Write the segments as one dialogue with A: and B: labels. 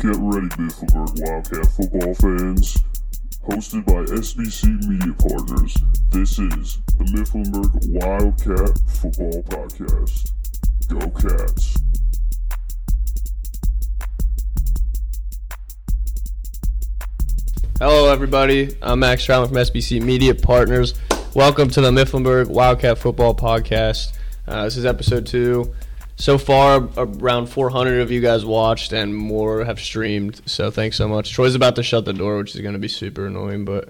A: get ready, Biffleberg Wildcat football fans. Hosted by SBC Media Partners, this is the Mifflinburg Wildcat Football Podcast. Go Cats!
B: Hello, everybody. I'm Max Strauman from SBC Media Partners. Welcome to the Mifflinburg Wildcat Football Podcast. Uh, this is episode two. So far, around 400 of you guys watched, and more have streamed. So thanks so much. Troy's about to shut the door, which is going to be super annoying, but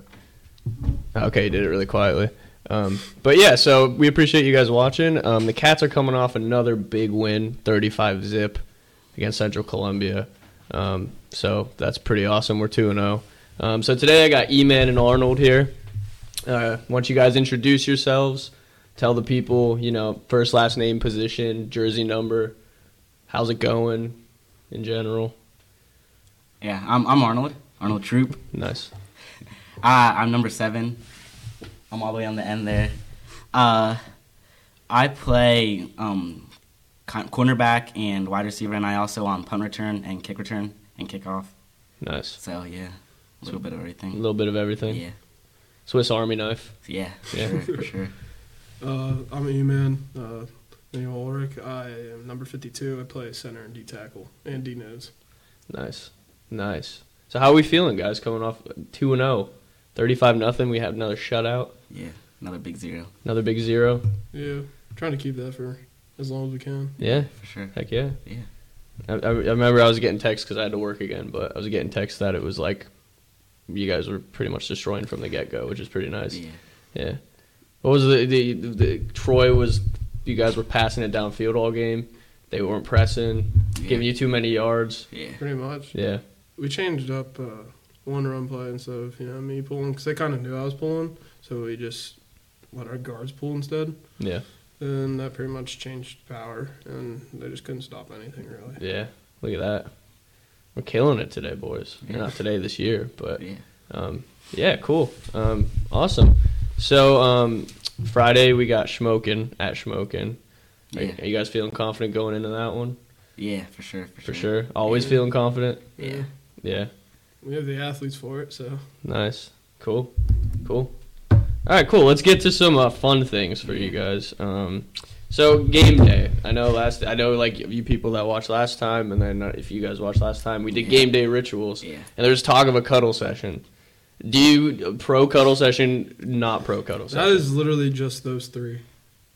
B: okay, he did it really quietly. Um, but yeah, so we appreciate you guys watching. Um, the Cats are coming off another big win, 35 zip against Central Columbia. Um, so that's pretty awesome. We're 2 0. Um, so today I got E Man and Arnold here. Uh, why don't you guys introduce yourselves? Tell the people, you know, first, last name, position, jersey number. How's it going in general?
C: Yeah, I'm, I'm Arnold. Arnold Troop.
B: Nice.
C: Uh, I'm number seven. I'm all the way on the end there. Uh, I play um, con- cornerback and wide receiver, and I also on punt return and kick return and kickoff.
B: Nice.
C: So yeah, a little bit of
B: A
C: everything.
B: little bit of everything.
C: Yeah,
B: Swiss Army knife.
C: yeah, for
B: Yeah.
C: sure, for sure.
D: Uh, I'm E-Man, uh, Neil Ulrich. I am number 52. I play center and D tackle and D nose.
B: Nice. Nice. So how are we feeling, guys? Coming off 2 0, 35 nothing. We have another shutout,
C: Yeah, another big zero
B: another big zero.
D: Yeah, trying to keep that for as long as we can.
B: Yeah.
C: for sure.
B: Heck yeah.
C: Yeah.
B: I, I I remember I was getting texts because I had to work again, but I was getting texts that it was like you guys were pretty much destroying from the get go, which is pretty nice.
C: Yeah,
B: Yeah. What was the, the, the, Troy was, you guys were passing it downfield all game. They weren't pressing,
C: Yeah.
B: giving you too many yards.
C: yeah,
D: Pretty much.
B: Yeah.
D: We changed up uh, one run play instead of, you know, me pulling because they kind of knew I was pulling. So we just let our guards pull instead.
B: Yeah.
D: And that pretty much changed power, and they just couldn't stop anything really.
B: Yeah. Look at that. We're killing it today, boys.
C: Yeah.
B: Not today, this year, but
C: yeah.
B: Um, yeah, cool. Um, awesome. So um, Friday we got Schmokin at Schmokin. Are,
C: Yeah.
B: are you guys feeling confident going into that one?
C: Yeah, for sure, for,
B: For sure. Always feeling confident.
C: Yeah,
B: Yeah.
D: We have the athletes for it, so
B: Nice. Cool. Cool. All right, cool. Let's get to some uh, fun things for you guys. Um, so game day. I know last. I know like you people that watched last time, and then uh, if you guys watched last time, we did game day rituals.
C: Yeah.
B: And there's talk of a cuddle session. Do you pro cuddle session? Not pro cuddle session.
D: That is literally just those three.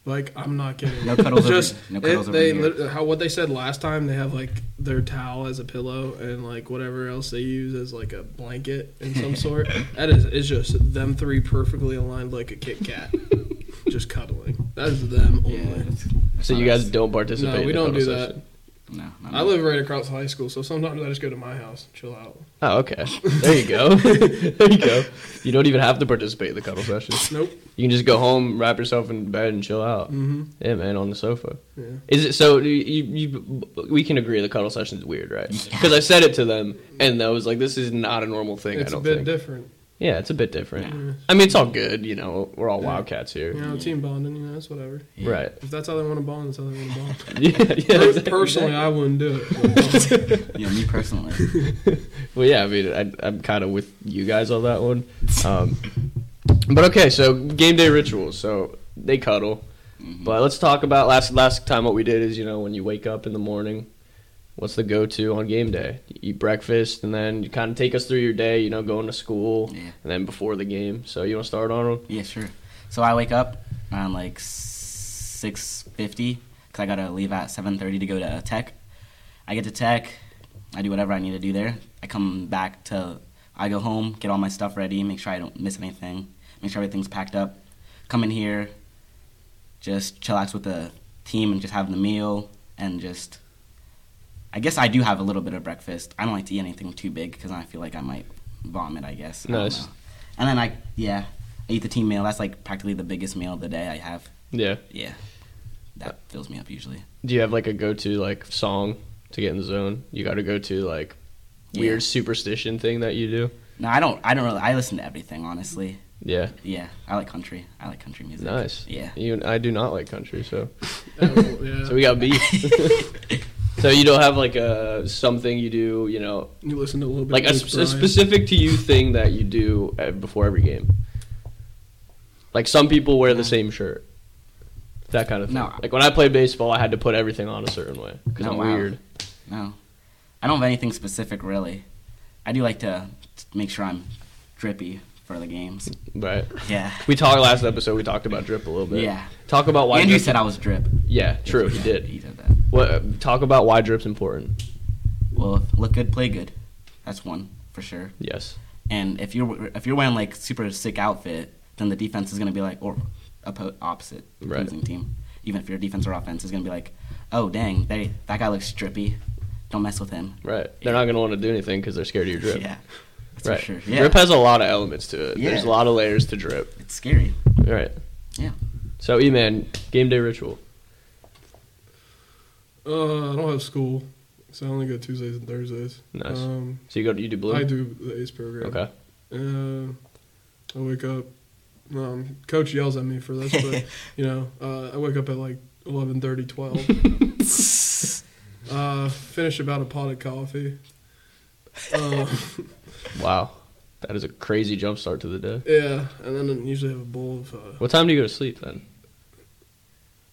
D: Like I'm not kidding.
C: No cuddles over
D: just
C: here. No cuddles
D: it-
C: over
D: they
C: here.
D: lit- how what they said last time. They have like their towel as a pillow and like whatever else they use as like a blanket in some sort. That is it's just them three perfectly aligned like a Kit Kat, just cuddling. That is them only.
C: yeah. that's-
B: so you guys don't participate.
D: No,
B: in
D: we
B: the
D: don't
B: cuddle
D: do that.
B: session?
C: No, not
D: I
C: me.
D: live right across high school, so sometimes I just go to my house, chill out.
B: Oh, okay. There you go. there you go. You don't even have to participate in the cuddle session.
D: Nope.
B: You can just go home, wrap yourself in bed, and chill out.
D: Mm-hmm.
B: Yeah, man, on the sofa.
D: Yeah.
B: Is it so? You, you, we can agree the cuddle session's weird, right? Because I said it to them, and I was like, "This is not a normal thing." I
D: It's a
B: don't
D: bit
B: think.
D: different.
B: yeah, it's a bit different.
D: Yeah.
B: I mean, it's all good. You know, we're all wildcats here,
D: You know, team bonding. You know, it's whatever.
C: Yeah.
B: right?
D: If that's how they want to bond, that's how they want to bond.
B: Yeah, yeah, exactly.
D: Personally, I wouldn't do it.
C: Yeah, me personally.
B: Well, yeah, I mean, I, I'm kind of with you guys on that one. Um, but okay, so game day rituals. So they cuddle, but let's talk about last last time. What we did is, you know, when you wake up in the morning, what's the go to on game day? You eat breakfast, and then you kind of take us through your day. You know, going to school,
C: Mm-hmm. Yeah.
B: and then before the game. So you want to start Arnold?
C: Yeah, sure. So I wake up around like six fifty because I gotta leave at seven thirty to go to tech. I get to tech, I do whatever I need to do there. I come back to, I go home, get all my stuff ready, make sure I don't miss anything, make sure everything's packed up. Come in here, just chillax with the team and just have the meal and just. I guess I do have a little bit of breakfast. I don't like to eat anything too big because I feel like I might vomit. I guess. I don't
B: Nice.
C: know. And then I yeah, I eat the team meal. That's like practically the biggest meal of the day I have.
B: Yeah.
C: Yeah, that fills me up usually.
B: Do you have like a go to like song to get in the zone? You got to go to like weird
C: Yeah.
B: superstition thing that you do.
C: No, I don't. I don't really. I listen to everything honestly.
B: Yeah.
C: Yeah, I like country. I like country music.
B: Nice.
C: Yeah.
B: You, I do not like country, so
D: Oh, yeah.
B: so we got beef. So you don't have like a something you do, you know,
D: You listen to a little bit
B: like a,
D: of Luke
B: sp- a
D: Bryan.
B: specific to you thing that you do uh, before every game. Like some people wear the same shirt, that kind of thing.
C: No.
B: Like when I played baseball, I had to put everything on a certain way because
C: No,
B: I'm
C: wow.
B: weird.
C: No, I don't have anything specific really. I do like to t- make sure I'm drippy for the games.
B: Right.
C: Yeah.
B: We talked last episode. We talked about drip a little bit.
C: Yeah.
B: Talk about why.
C: Andrew
B: drip-
C: said I was drip.
B: Yeah, true. He
C: Yeah,
B: did.
C: He said that.
B: What? uh, Talk about why drip's important.
C: Well, if look good, play good. That's one for sure.
B: Yes.
C: And if you're if you're wearing like super sick outfit, then the defense is gonna be like or oppo- opposite
B: Right.
C: opposing team. Even if your defense or offense is gonna be like, oh dang, they, that guy looks strippy. Don't mess with him.
B: Right. They're not gonna want to do anything because they're scared of your drip.
C: Yeah, that's
B: Right.
C: for sure. Yeah,
B: Drip has a lot of elements to it. There's a
C: Yeah.
B: lot of layers to drip.
C: it's scary.
B: Right.
C: Yeah.
B: So, E-Man, game day ritual.
D: Uh, I don't have school, so I only go Tuesdays and Thursdays.
B: Nice.
D: Um,
B: So you go to you do blue.
D: I do the ACE program.
B: Okay.
D: Uh, I wake up. Um, coach yells at me for this, but you know, uh, I wake up at like 11:30, 12. uh, finish about a pot of coffee. Uh,
B: Wow. That is a crazy jump start to the day.
D: yeah, and then I usually have a bowl of. Uh,
B: What time do you go to sleep then?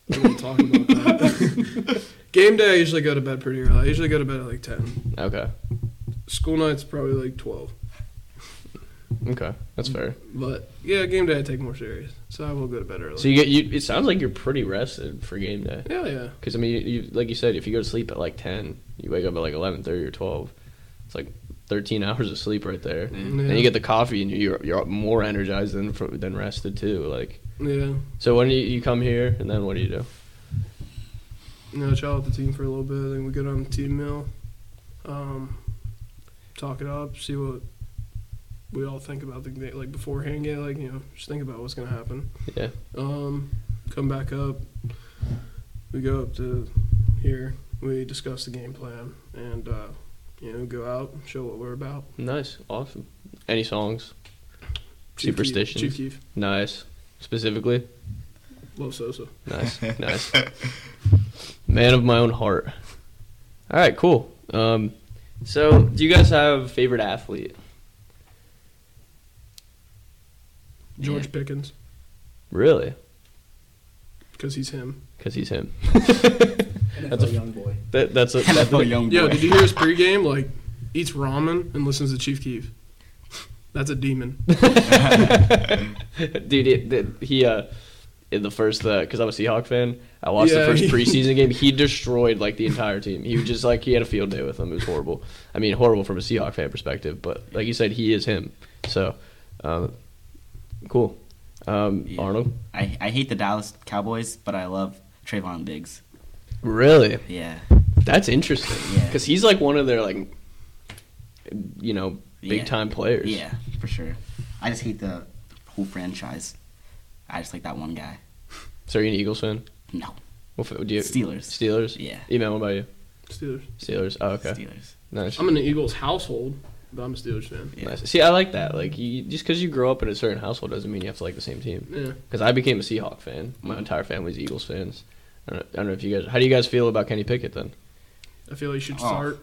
D: we won't talk about that. Game day, I usually go to bed pretty early. I usually go to bed at like 10.
B: Okay.
D: School nights probably like 12.
B: Okay. That's fair.
D: But yeah, game day I take more serious, so I will go to bed early.
B: So you get you. It sounds like you're pretty rested for game day.
D: yeah, yeah.
B: Because I mean, you, you like you said, if you go to sleep at like ten, you wake up at like eleven thirty or twelve. It's like thirteen hours of sleep right there.
D: Yeah.
B: And you get the coffee, and you're you're more energized than fr- than rested too. Like
D: yeah.
B: so, when you, you come here, and then what do you do?
D: you know, chill out with the team for a little bit. Then we go down to team meal, um, talk it up, see what we all think about the game, like beforehand. Get like you know, just think about what's gonna happen.
B: Yeah.
D: Um, come back up. We go up to here. We discuss the game plan and uh, you know go out, show what we're about.
B: Nice. Awesome. Any songs?
D: Chief Keef-
B: Superstitions.
D: Chief Keef,
B: Nice. Specifically.
D: love Sosa.
B: Nice, nice. Man of my own heart. All right, cool. Um, so, do you guys have a favorite athlete?
D: George Pickens,
B: Really?
D: because he's him.
B: Because he's him.
E: That's a young boy.
B: That, that's a. That's
C: NFL
B: a
C: young boy.
D: Yo, did you hear his pregame? Like, eats ramen and listens to Chief Keef. That's a demon.
B: dude, it, that- he uh, in the first because I'm a Seahawk fan, I watched the
D: Yeah,
B: first
D: he-
B: preseason game. He destroyed like the entire team. He was just like he had a field day with them. It was horrible. I mean, horrible from a Seahawk fan perspective, but like you said, he is him. So, um, cool. Um,
C: Yeah.
B: Arnold,
C: I, I hate the Dallas Cowboys, but I love Trayvon Diggs.
B: really?
C: Yeah.
B: That's interesting
C: Yeah.
B: because he's like one of their like, you know, big
C: Yeah.
B: time players.
C: Yeah, for sure. I just hate the whole franchise. I just like that one guy.
B: So are you an Eagles fan?
C: No.
B: What f- do you,
C: Steelers.
B: Steelers.
C: Yeah.
B: Email what about you?
D: Steelers.
B: Steelers. Oh, okay.
C: Steelers.
B: Nice.
D: I'm in the Eagles household, but I'm a Steelers fan.
C: Yeah.
B: Nice. See, I like that. Like, you, just because you grow up in a certain household doesn't mean you have to like the same team.
D: Yeah.
B: Because I became a Seahawk fan. My entire family's Eagles fans. I don't, I don't know if you guys. How do you guys feel about Kenny Pickett then?
D: I feel like you should
C: Oh.
D: start.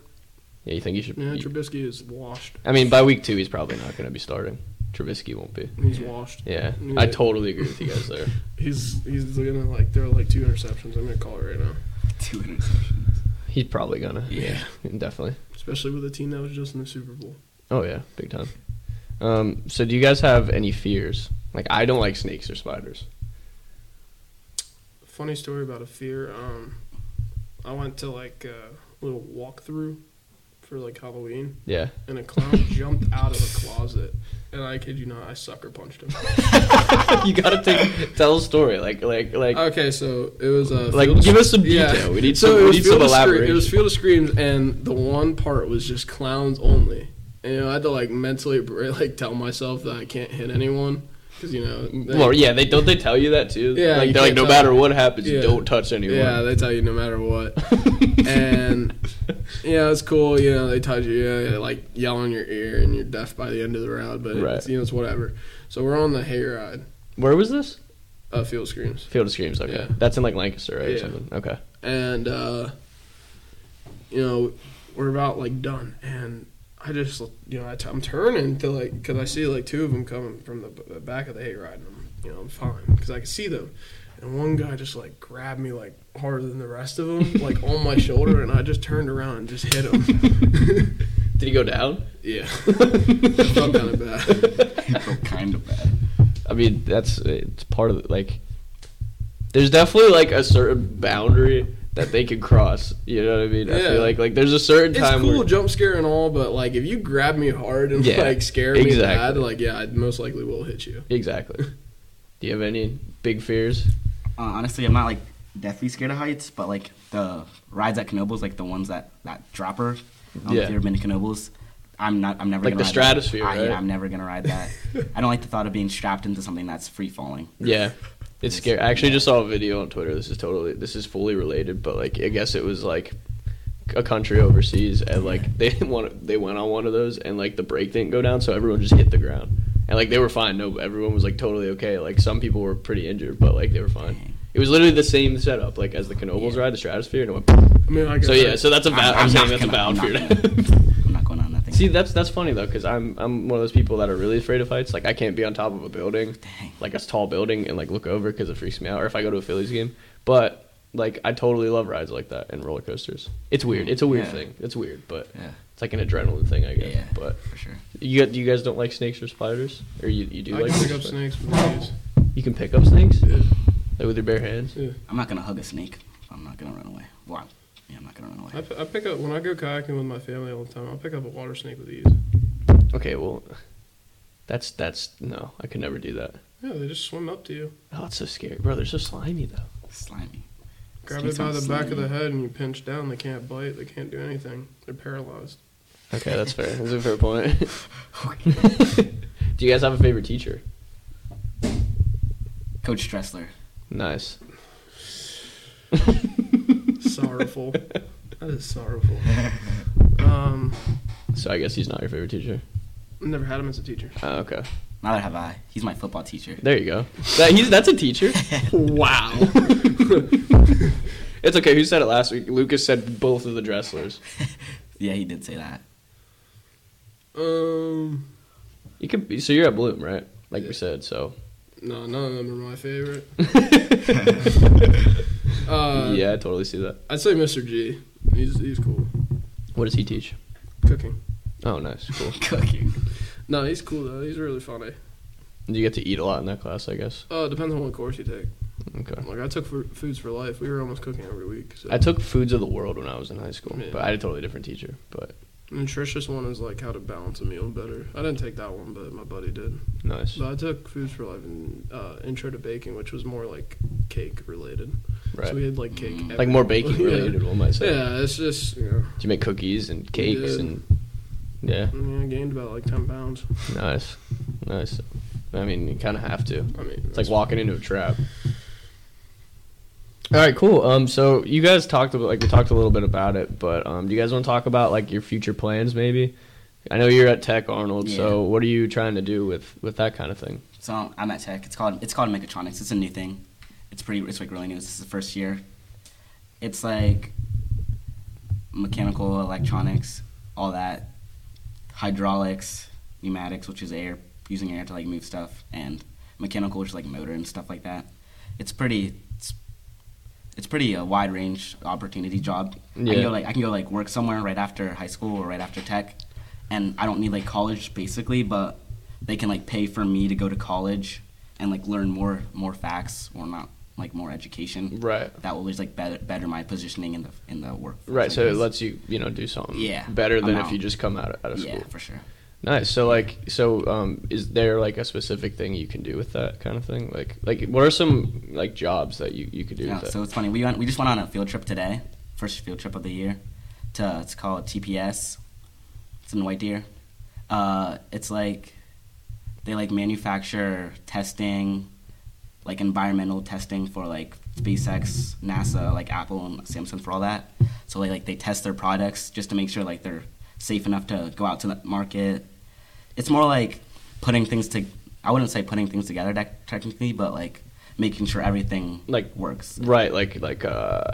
B: Yeah, you think he should?
D: Yeah,
B: you-
D: Trubisky is washed.
B: I mean, by week two, he's probably not going to be starting. Trubisky won't be.
D: He's washed.
B: Yeah,
D: Yeah.
B: I totally agree with you guys there.
D: He's he's gonna like there are like two interceptions. I'm gonna call it right now.
C: Two interceptions.
B: He's probably gonna.
C: Yeah.
B: definitely.
D: Especially with a team that was just in the Super Bowl.
B: Oh yeah, big time. Um, so, do you guys have any fears? Like, I don't like snakes or spiders.
D: Funny story about a fear. Um, I went to like a little walkthrough for like Halloween,
B: Yeah.
D: and a clown jumped out of a closet, and I kid you not, I sucker punched him.
B: you gotta take tell a story. Like, like, like.
D: Okay, so it was uh,
B: Like,
D: Field-
B: give us some detail. We need some- we
D: it was
B: need
D: Field
B: some
D: of Scream- It
B: elaboration.
D: was Field of Screams, and the one part was just clowns only. And you know, I had to like mentally br- like tell myself that I can't hit anyone because you know. They,
B: Well, yeah, they don't they tell you that too.
D: Yeah,
B: like
D: you
B: they're like,
D: can't
B: no
D: tell-
B: matter what happens,
D: Yeah.
B: don't touch anyone.
D: Yeah, they tell you no matter what, and yeah, it's cool. You know, they tell you yeah, they, like yell in your ear, and you're deaf by the end of the round. But
B: Right.
D: it's, you know, it's whatever. So we're on the hayride
B: Where was this?
D: of Field of Screams.
B: Field of Screams. Okay,
D: Yeah.
B: that's in like Lancaster, right, or
D: Yeah.
B: something. Okay,
D: and uh, you know, we're about like done, and I just you know i t- I'm turning to like because I see like two of them coming from the, b- the back of the hayride, and I'm you know I'm fine because I can see them, and one guy just like grabbed me like harder than the rest of them like on my shoulder, and I just turned around and just hit him.
B: Did he go down?
D: yeah, felt kind of bad.
C: kind of bad.
B: I mean, that's it's part of the, like. There's definitely like a certain boundary that they can cross. You know what I mean? I
D: Yeah.
B: feel like like there's a certain
D: It's
B: time.
D: cool
B: where,
D: jump scare and all, but like if you grab me hard and
B: Yeah,
D: like scare me
B: exactly.
D: bad, like yeah, I most likely will hit you.
B: exactly. Do you have any big fears?
C: Uh, honestly, I'm not like deathly scared of heights, but like the rides at Knoebels, like the ones that that dropper. I don't know
B: Yeah.
C: if you've ever been to Knoebels. I'm not. I'm never
B: Like the
C: gonna ride
B: stratosphere,
C: That. I,
B: right?
C: I'm never gonna ride that. I don't like the thought of being strapped into something that's free falling.
B: Yeah. It's scary. I actually just saw a video on Twitter. This is totally this is fully related, but like I guess it was like a country overseas and like they didn't want they went on one of those and like the brake didn't go down so everyone just hit the ground. And like they were fine. No everyone was like totally okay. Like some people were pretty injured, but like they were fine. It was literally the same setup like as the Knoebels ride, the Stratosphere and it went
D: I mean, like I
B: So
D: said,
B: yeah, so that's a
C: I'm-
B: valid
C: I'm
B: I'm saying
C: not
B: that's a
C: gonna- I'm
B: valid
C: not
B: fear.
C: I'm not going on that thing.
B: See, that's that's funny though, because I'm I'm one of those people that are really afraid of heights. Like I can't be on top of a building,
C: Dang.
B: like a tall building, and like look over because it freaks me out. Or if I go to a Phillies game, but like I totally love rides like that and roller coasters. It's weird. It's a weird
C: Yeah.
B: thing. It's weird, but
C: Yeah.
B: it's like an adrenaline thing, I guess.
C: Yeah.
B: But
C: for sure.
B: you got you guys don't like snakes or spiders, or you you do
D: I
B: like
D: can pick up
B: spiders?
D: snakes. With these.
B: You can pick up snakes
D: Yeah.
B: like with your bare hands.
D: Yeah.
C: I'm not gonna hug a snake. I'm not gonna run away. Well, I'm, yeah, I'm not gonna run away.
D: I, p- I pick up when I go kayaking with my family all the time. I'll pick up a water snake with ease.
B: Okay, well, that's that's no, I could never do that.
D: Yeah, they just swim up to you,
B: Oh, it's so scary, bro. They're so slimy though.
C: Slimy.
D: grab
C: Snakes
D: it by
C: aren't
D: the back of
C: slimy.
D: the head, and you pinch down. They can't bite. They can't do anything. They're paralyzed.
B: Okay, that's fair. That's a fair point. Do you guys have a favorite teacher?
C: Coach Stressler.
B: Nice.
D: Sorrowful. that is sorrowful. Um,
B: So I guess he's not your favorite teacher.
D: never had him as a teacher.
B: Oh, okay.
C: Neither have I. He's my football teacher.
B: There you go. That, he's that's a teacher. wow. it's okay. Who said it last week? Lucas said both of the Dresslers.
C: Yeah, he did say that.
D: Um,
B: You could be, so you're at Bloom, right? Like we said. So
D: no, none of them are my favorite. uh,
B: yeah, I totally see that.
D: I'd say Mr. G. He's he's cool.
B: What does he teach?
D: Cooking.
B: Oh, nice, cool.
C: Cooking.
D: No, he's cool though. He's really funny.
B: You get to eat a lot in that class, I guess.
D: Uh, depends on what course you take.
B: Okay.
D: Like I took for, foods for life. We were almost cooking every week. So.
B: I took Foods of the World when I was in high school,
D: Yeah.
B: but I had a totally different teacher. But
D: nutritious one is like how to balance a meal better. I didn't take that one, but my buddy did.
B: nice,
D: But I took foods for life and uh, intro to baking, which was more like cake related. So we
B: right?
D: had like cake,
C: Mm.
B: Like more baking
D: Yeah.
B: related, one might say.
D: Yeah, it's just you know,
B: Do you make cookies and cakes
D: did.
B: and yeah,
D: I mean, I gained about like ten pounds.
B: nice, nice. I mean, you kind of have to.
D: I mean,
B: It's like walking into a trap. All right, cool. Um, so you guys talked about like we talked a little bit about it, but um, do you guys want to talk about like your future plans maybe? I know you're at Tech Arnold, so what are you trying to do with with that kind of thing?
C: So I'm at Tech. It's called it's called mechatronics. It's a new thing. It's pretty. It's like really new. This is the first year. It's like mechanical, electronics, all that, hydraulics, pneumatics, which is air, using air to like move stuff, and mechanical, which is like motor and stuff like that. It's pretty. It's, it's pretty a wide range opportunity job. I
B: Yeah.
C: can go like I can go like work somewhere right after high school or right after tech, and I don't need like college basically, but they can like pay for me to go to college and like learn more more facts or not like more education.
B: Right,
C: That will just like better, better my positioning in the in the work.
B: right. So it lets you you know do something
C: Yeah,
B: better than
C: I'm
B: if you
C: out.
B: just come out of, out of
C: yeah,
B: school.
C: for sure.
B: Nice. So like so um is there like a specific thing you can do with that kind of thing? Like like what are some like jobs that you, you could do
C: Yeah,
B: with that?
C: so it's funny. We went, we just went on a field trip today, first field trip of the year. To it's called TPS. It's in White Deer. Uh, it's like they like manufacture testing, like environmental testing for like SpaceX, NASA, like Apple and Samsung for all that. So they like they test their products just to make sure like they're safe enough to go out to the market. It's more like putting things to. I wouldn't say putting things together tec- technically, but like making sure everything
B: Like-
C: works.
B: Right, like like uh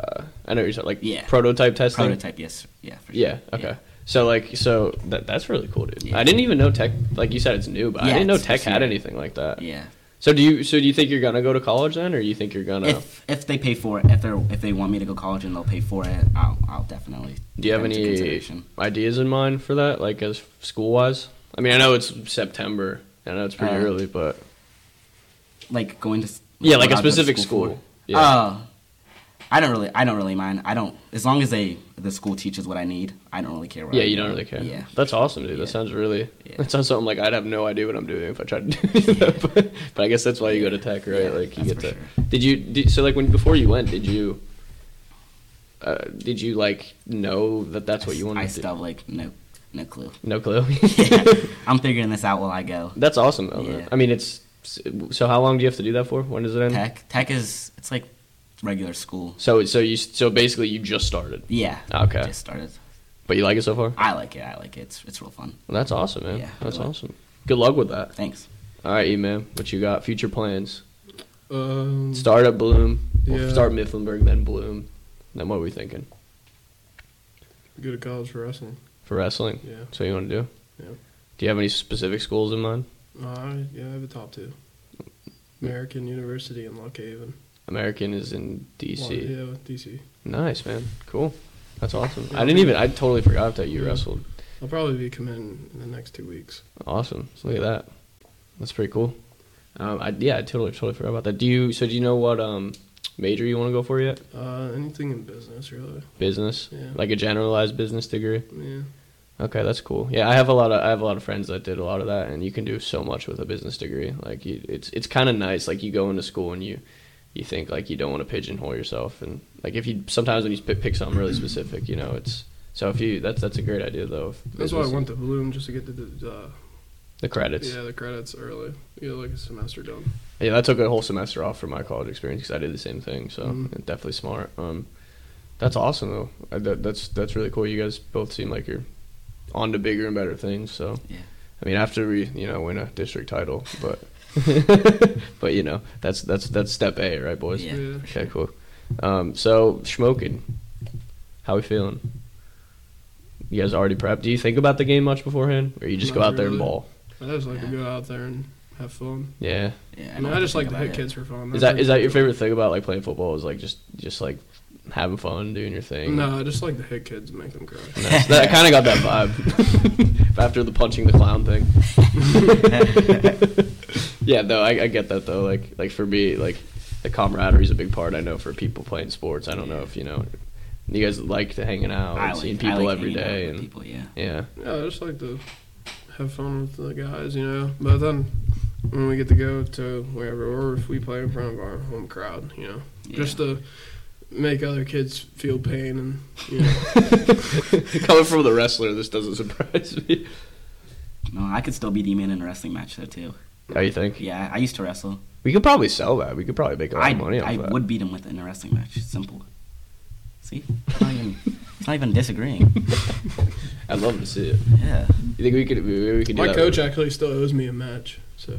B: I know what you're talking like
C: Yeah.
B: prototype testing.
C: Prototype, yes, yeah. For sure.
B: Yeah. Okay. So like so that that's really cool, dude.
C: Yeah.
B: I didn't even know tech. Like you said, it's new, but I
C: Yeah,
B: didn't know
C: it's-
B: tech
C: it's
B: had
C: new.
B: anything like that.
C: Yeah.
B: So do you so do you think you're gonna go to college then, or you think you're gonna?
C: If if they pay for it, if they are if they want me to go college and they'll pay for it, I'll I'll definitely.
B: do you have
C: take it into
B: any
C: consideration.
B: ideas in mind for that, like as school wise? I mean, I know it's September. I know it's pretty
C: Uh,
B: early, but
C: like going to? s-
B: yeah, like a
C: what I'll go to
B: specific
C: for?
B: school. Yeah.
C: Oh, I don't really. I don't really mind. I don't. As long as they the school teaches what I need, I don't really care. What
B: yeah,
C: I
B: you
C: do.
B: don't really care.
C: Yeah.
B: That's awesome, dude. That
C: Yeah.
B: sounds really.
C: Yeah.
B: That sounds something like I'd have no idea what I'm doing if I tried to do that. But, but I guess that's why you go to tech, right?
C: Yeah,
B: like you
C: that's
B: get
C: for
B: to.
C: sure.
B: Did you did, so like when before you went? Did you? Uh, did you like know that that's what you wanted
C: I
B: to
C: still have, like no no clue.
B: do? No clue.
C: I'm figuring this out while I go.
B: That's awesome though. man.
C: Yeah.
B: I mean, it's so. How long do you have to do that for? When does it end?
C: Tech tech is it's like regular school.
B: So so you so basically you just started,
C: Yeah.
B: Okay.
C: Just started.
B: but you like it so far.
C: I like it. I like it. It's it's real fun.
B: Well, that's awesome, man.
C: Yeah,
B: that's
C: I like-
B: awesome. Good luck with that.
C: Thanks.
B: All right, E man. What you got? Future plans?
D: Um,
B: Start at Bloom. or
D: Yeah.
B: Start Mifflinburg, then Bloom. Then what are we thinking
D: go to college for wrestling.
B: for wrestling?
D: Yeah.
B: So you want to do?
D: Yeah.
B: Do you have any specific schools in mind?
D: Uh, yeah, I have a top two. American University in Lock Haven.
B: American is in
D: Well,
B: D.C.
D: Yeah, DC.
B: Nice, man. Cool. That's awesome.
D: Yeah.
B: I didn't even. I totally forgot that you
D: Yeah.
B: wrestled.
D: I'll probably be committing in the next two weeks.
B: Awesome. Look at that. That's pretty cool. Um, I, yeah, I totally totally forgot about that. Do you? So do you know what um, major you want to go for yet?
D: Uh, anything in business, really.
B: Business,
D: Yeah.
B: like a generalized business degree.
D: Yeah.
B: Okay, that's cool. Yeah, I have a lot of I have a lot of friends that did a lot of that, and you can do so much with a business degree. Like you, it's it's kind of nice. Like you go into school and you you think like you don't want to pigeonhole yourself, and like if you sometimes when you pick, pick something really specific, you know, it's so if you that's that's a great idea though. if
D: That's why I
B: business-
D: went to Bloom just to get the, the uh,
B: the credits.
D: yeah the credits early. Yeah, like a semester done.
B: Yeah, that took a whole semester off from my college experience because I did the same thing. So
C: Mm-hmm.
D: Mhm.
B: it's definitely smart. Um, that's awesome though. I, that, that's that's really cool. You guys both seem like you're on to bigger and better things. So
C: Yeah.
B: I mean, after we you know win a district title, but but you know that's that's that's step A, right, boys?
C: Yeah.
D: Yeah.
B: Okay, cool. Um, so smoking, how we feeling? You guys already prepped? Do you think about the game much beforehand, or you just go
D: Not
B: out there and
D: really.
B: ball?
D: I just like to
C: Yeah.
D: go out there and have fun.
B: Yeah.
C: Yeah.
D: I mean,
C: don't
D: I just
C: think
D: like to
C: about
D: hit
C: it.
D: kids for fun.
B: Is that is that your favorite thing about like playing football? Is like just just like having fun, doing your thing.
D: No, I just like to hit kids and make them cry.
B: That's- that, I kind of got that vibe after the punching the clown thing. yeah, no, I, I get that though. Like like for me, like the camaraderie is a big part. I know for people playing sports. I don't know if you know. You guys like to hanging out,
C: I
B: and
C: like,
B: seeing
C: I
B: people
C: like
B: every
C: hanging out
B: day,
C: with
B: and
C: people. Yeah.
B: yeah,
D: Yeah, I just like to have fun with the guys, you know. But then when we get to go to wherever, or if we play in front of our home crowd, you know,
C: Yeah.
D: just to make other kids feel pain and you know,
B: coming from the wrestler, this doesn't surprise me.
C: No, I could still be D man in a wrestling match though too.
B: How you think?
C: Yeah, I used to wrestle.
B: We could probably sell that. We could probably make a lot
C: I
B: of money off
C: I
B: that.
C: would beat him with it in a wrestling match. Simple. See, it's not even, it's not even disagreeing.
B: I'd love to see it.
C: Yeah.
B: You think we could? We, we could do
D: my
B: that
D: coach
B: with-
D: actually still owes me a match. So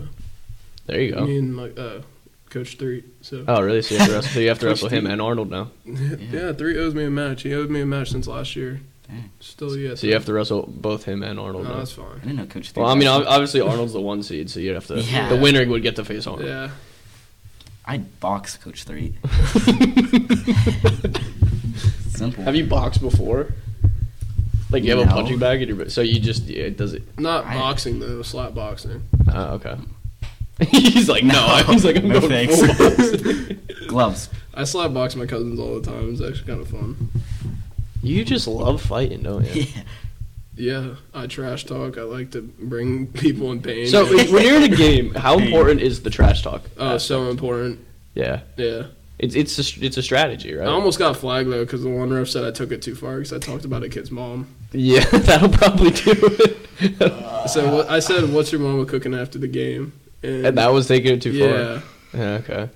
B: There you go.
D: me and my uh, coach three. So
B: Oh, really? So you have to wrestle, so you have to
D: Coach
B: wrestle him
D: T.
B: and Arnold now.
D: yeah. three owes me a match. He owed me a match since last year.
C: Dang.
D: Still, yeah.
B: So you have to wrestle both him and Arnold
D: No,
B: now.
D: that's
C: I
D: fine.
C: didn't know Coach.
B: Well,
C: Theory
B: I mean, ob-
C: wrestled.
B: obviously Arnold's the one seed, so you'd have to.
C: Yeah.
B: The winner would get to face Arnold.
D: Yeah.
C: I'd box Coach Three. Simple.
B: Have you boxed before? Like you have a
C: No.
B: punching bag in your ba- so you just yeah, it does it.
D: Not
C: I-
D: boxing though, slap boxing.
B: Oh, okay. he's like no. I was like I'm
C: No
B: going
C: thanks.
B: full box."
C: gloves?
D: I slap box my cousins all the time. It's actually kind of fun.
B: you just love fighting, don't you?
C: Yeah.
D: Yeah, I trash talk. I like to bring people in pain. Oh,
B: So
D: Like,
B: when when you're in a game, how important is the trash talk?
D: oh, so important.
B: yeah,
D: Yeah,
B: it's it's a, str- it's a strategy, right?
D: I almost got flagged though because the one ref said I took it too far because I talked about a kid's mom.
B: Yeah, that'll probably do it.
D: so what, I said, "What's your mama cooking after the game?"
B: and that was taking it too
D: yeah,
B: far. Yeah. Okay.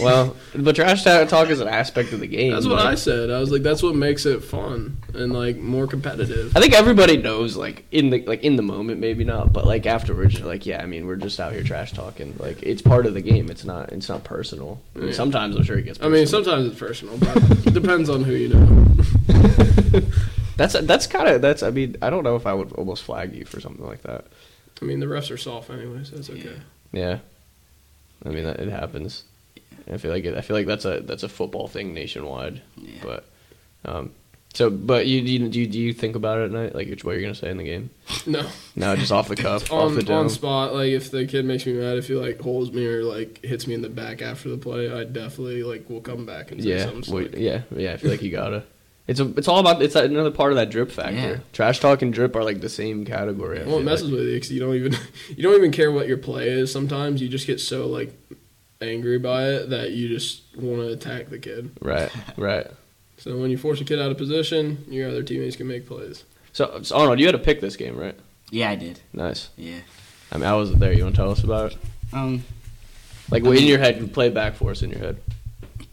B: Well, but trash talk is an aspect of the game.
D: That's what
B: but-
D: I said. I was like, that's what makes it fun and like more competitive.
B: I think everybody knows, like in the like in the moment, maybe not, but like afterwards, you're like, yeah, I mean, we're just out here trash talking. Like it's part of the game. It's not. It's not personal. I mean,
D: Yeah.
B: Sometimes I'm sure it gets.
D: I
B: Personal.
D: mean, sometimes it's personal, but it depends on who you know.
B: that's that's kind of that's. I mean, I don't know if I would almost flag you for something like that.
D: I mean, the refs are soft anyway, so it's okay.
B: Yeah, I mean, that, it happens. I feel like it, I feel like that's a that's a football thing nationwide.
C: Yeah.
B: But, um, so but you, you do you, do you think about it at night? Like it's what you're gonna say in the game?
D: No,
B: No, just off the cuff, off the
D: on
B: dome.
D: on spot, like if the kid makes me mad, if he like holds me or like hits me in the back after the play, I definitely like will come back and say
B: Yeah,
D: something.
B: well,
D: slick.
B: yeah, yeah. I feel like you gotta. It's a, it's all about it's another part of that drip factor.
C: Yeah.
B: Trash talk and drip are like the same category. I
D: Well, it
B: feel
D: messes
B: like.
D: with you because you don't even you don't even care what your play is. Sometimes you just get so like angry by it that you just want to attack the kid.
B: right, right.
D: So when you force a kid out of position, your other teammates can make plays.
B: So, so Arnold, you had to pick this game, right?
C: Yeah, I did.
B: Nice.
C: Yeah.
B: I mean, I wasn't there. You want to tell us about it?
C: Um.
B: Like in your head, play it back for us in your head.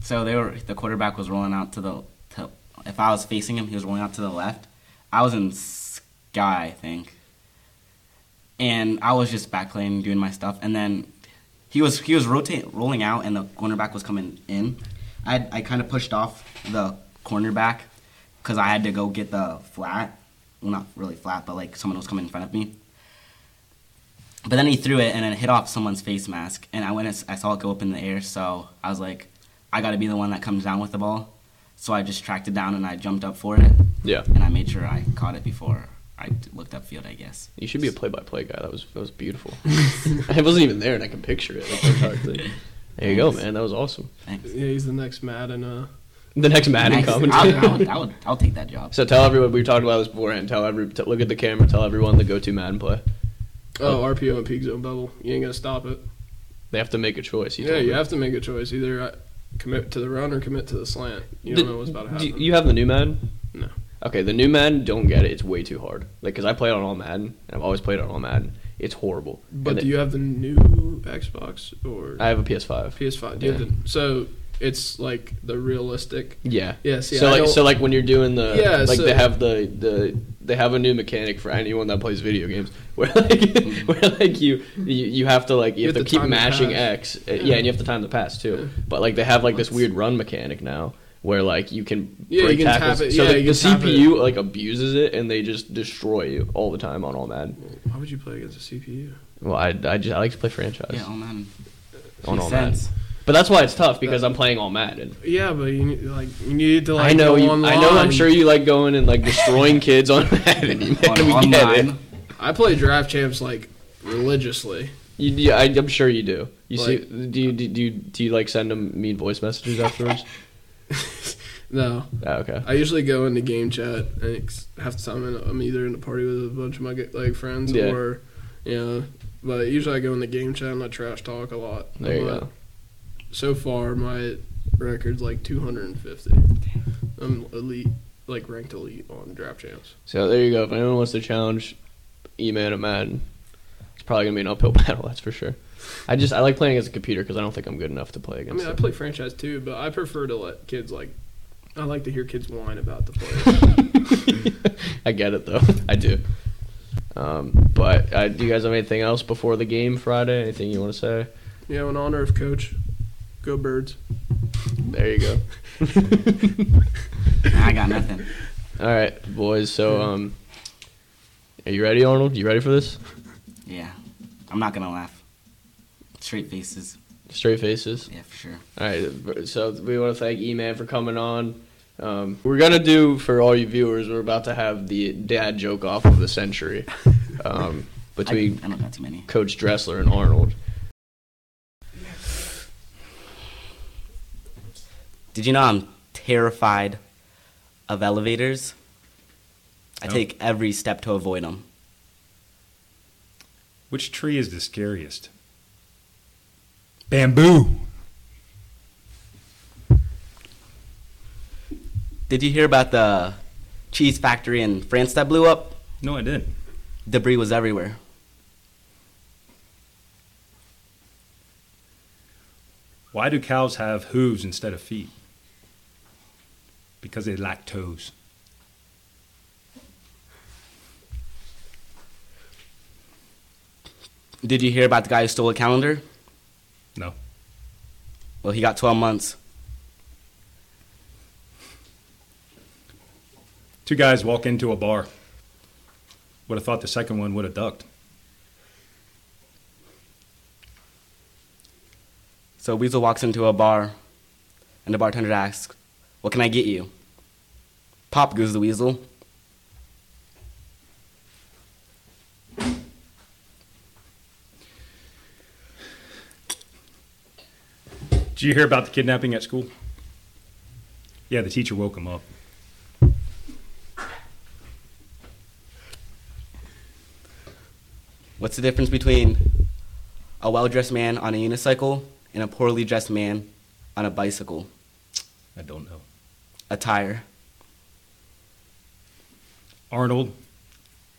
C: So they were the quarterback was rolling out to the. To, if I was facing him, he was rolling out to the left. I was in sky, I think, and I was just back playing, doing my stuff, and then he was he was rotate rolling out, and the cornerback was coming in. I I kind of pushed off the cornerback because I had to go get the flat. Well, not really flat, but like someone was coming in front of me. But then he threw it and it hit off someone's face mask, and I went. and s- I saw it go up in the air, so I was like, I got to be the one that comes down with the ball. So I just tracked it down and I jumped up for it,
B: Yeah,
C: and I made sure I caught it before I d- looked upfield. I guess.
B: you should be a play-by-play guy. That was that was beautiful. I wasn't even there, and I can picture it. Like, that's how I think. there you go, man. That was awesome.
C: Thanks.
D: Yeah, he's the next Madden. Uh,
B: The next Madden
C: Thanks.
B: commentary.
C: I'll, I'll, I'll, I'll take that job.
B: So tell everyone we talked about this beforehand. Tell every t- look at the camera. Tell everyone the go-to Madden play.
D: oh, RPO and peak zone bubble. You ain't gonna stop it.
B: They have to make a choice.
D: yeah,
B: told
D: you
B: me.
D: have to make a choice. Either uh, commit to the run or commit to the slant. You don't
B: The-
D: know what's about to
B: do
D: happen.
B: You have the new Madden?
D: No.
B: Okay, the new Madden, don't get it. It's way too hard. Like, because I played on all Madden, and I've always played on all Madden. It's horrible.
D: but
B: And
D: do
B: it-
D: you have the new Xbox or
B: I have a PS5.
D: PS5? Do you
B: Yeah.
D: have the, so it's like the realistic.
B: Yeah.
D: Yes. Yeah,
B: so
D: I
B: like
D: don't-
B: so like when you're doing the
D: Yeah,
B: like
D: so-
B: they have the the they have a new mechanic for anyone that plays video games where like
D: Mm-hmm.
B: where like you you, you have to like you, have, to keep
D: time the
B: mashing X
D: pass.
B: Uh, yeah.
D: Yeah.
B: and you have to time the pass too but like they have like this weird run mechanic now where like you can
D: Yeah, you
B: break
D: can tap
B: tackles
D: it.
B: so
D: Yeah,
B: the,
D: you
B: the
D: can tap it.
B: CPU like abuses it and they just destroy you all the time on all Madden.
D: Why would you play against a CPU?
B: Well, I I just I like to play franchise
C: Yeah, oh man.
B: on
C: Makes
B: all
C: sense.
B: Madden. But that's why it's tough because I'm playing all Madden.
D: Yeah, but you need, like you need to like.
B: I know
D: go
B: you. I know. I'm
D: online.
B: sure you like going and like destroying kids on Madden. Man,
C: On,
B: we get it.
C: online,
D: I play draft champs like religiously.
B: You, yeah, I, I'm sure you do. You
D: Like-
B: see, do you, do you do you do you like send them mean voice messages afterwards?
D: No,
B: oh, okay.
D: I usually go into game chat and it's half the time I'm- I'm either in a party with a bunch of my good, like friends
B: Yeah.
D: or you know. But usually I go in the game chat and I trash talk a lot.
B: There you
D: But
B: go.
D: So far, my record's like 250. I'm elite, like ranked elite on draft champs.
B: So there you go. If anyone wants to challenge E-Man at Madden, it's probably gonna be an uphill battle. That's for sure. I just I like playing against a computer because I don't think I'm good enough to play
D: I
B: against.
D: mean, I
B: it.
D: play franchise too, but I prefer to let kids like. I like to hear kids whine about the players.
B: I get it though. I do. Um, but uh, do you guys have anything else before the game Friday? Anything you want to say?
D: yeah, in honor of Coach, go Birds.
B: There you go.
C: I got nothing.
B: All right, boys. So, um, are you ready, Arnold? You ready for this?
C: Yeah, I'm not gonna laugh. Straight faces.
B: Straight faces.
C: Yeah, for sure.
B: All right. So we want to thank E-Man for coming on. Um, we're gonna do for all you viewers. We're about to have the dad joke off of the century um,
C: I,
B: between
C: I don't got too many.
B: Coach Dressler and Arnold.
C: Did you know I'm terrified of elevators?
B: Oh.
C: I take every step to avoid them.
F: Which tree is the scariest? Bamboo.
C: Did you hear about the cheese factory in France that blew up?
F: No, I didn't.
C: Debris was everywhere.
F: Why do cows have hooves instead of feet? Because they lack toes.
C: Did you hear about the guy who stole a calendar?
F: No.
C: Well, he got 12 months.
F: Two guys walk into a bar. Would have thought the second one would have ducked.
C: So Weasel walks into a bar, and the bartender asks, What can I get you? Pop goes the weasel.
F: Did you hear about the kidnapping at school? Yeah, the teacher woke him up.
C: What's the difference between a well dressed man on a unicycle and a poorly dressed man on a bicycle?
F: I don't know.
C: A tire.
F: Arnold,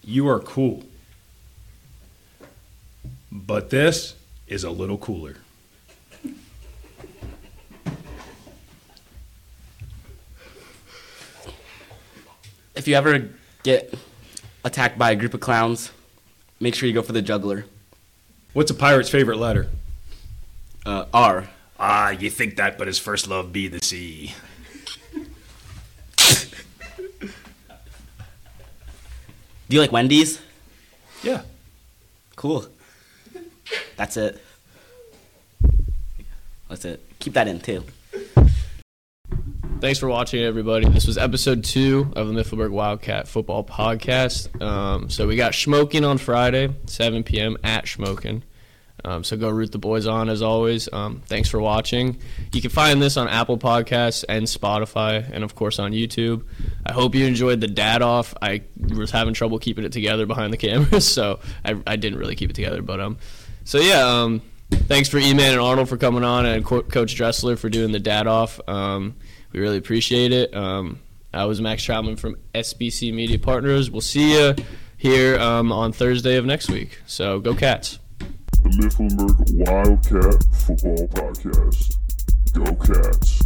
F: you are cool. But this is a little cooler.
C: If you ever get attacked by a group of clowns, make sure you go for the juggler.
F: What's a pirate's favorite letter?
C: Uh, R.
F: Ah, you think that, but his first love be the sea.
C: Do you like Wendy's?
F: Yeah.
C: Cool. That's it. That's it. Keep that in too.
B: Thanks for watching, everybody. This was episode two of the Mifflinburg Wildcat Football Podcast. Um, so we got Schmokin on Friday, 7 p.m. at Schmokin. Um, so go root the boys on as always. Um, thanks for watching. You can find this on Apple Podcasts and Spotify, and of course on YouTube. I hope you enjoyed the dad off. I was having trouble keeping it together behind the camera, so I, I didn't really keep it together. But um, so yeah, um, thanks for E-Man and Arnold for coming on, and Co- Coach Dressler for doing the dad off. Um, we really appreciate it. Um, I was Max Troutman from SBC Media Partners. We'll see you here um, on Thursday of next week. So go Cats.
A: The Mifflinburg Wildcat Football Podcast. Go Cats.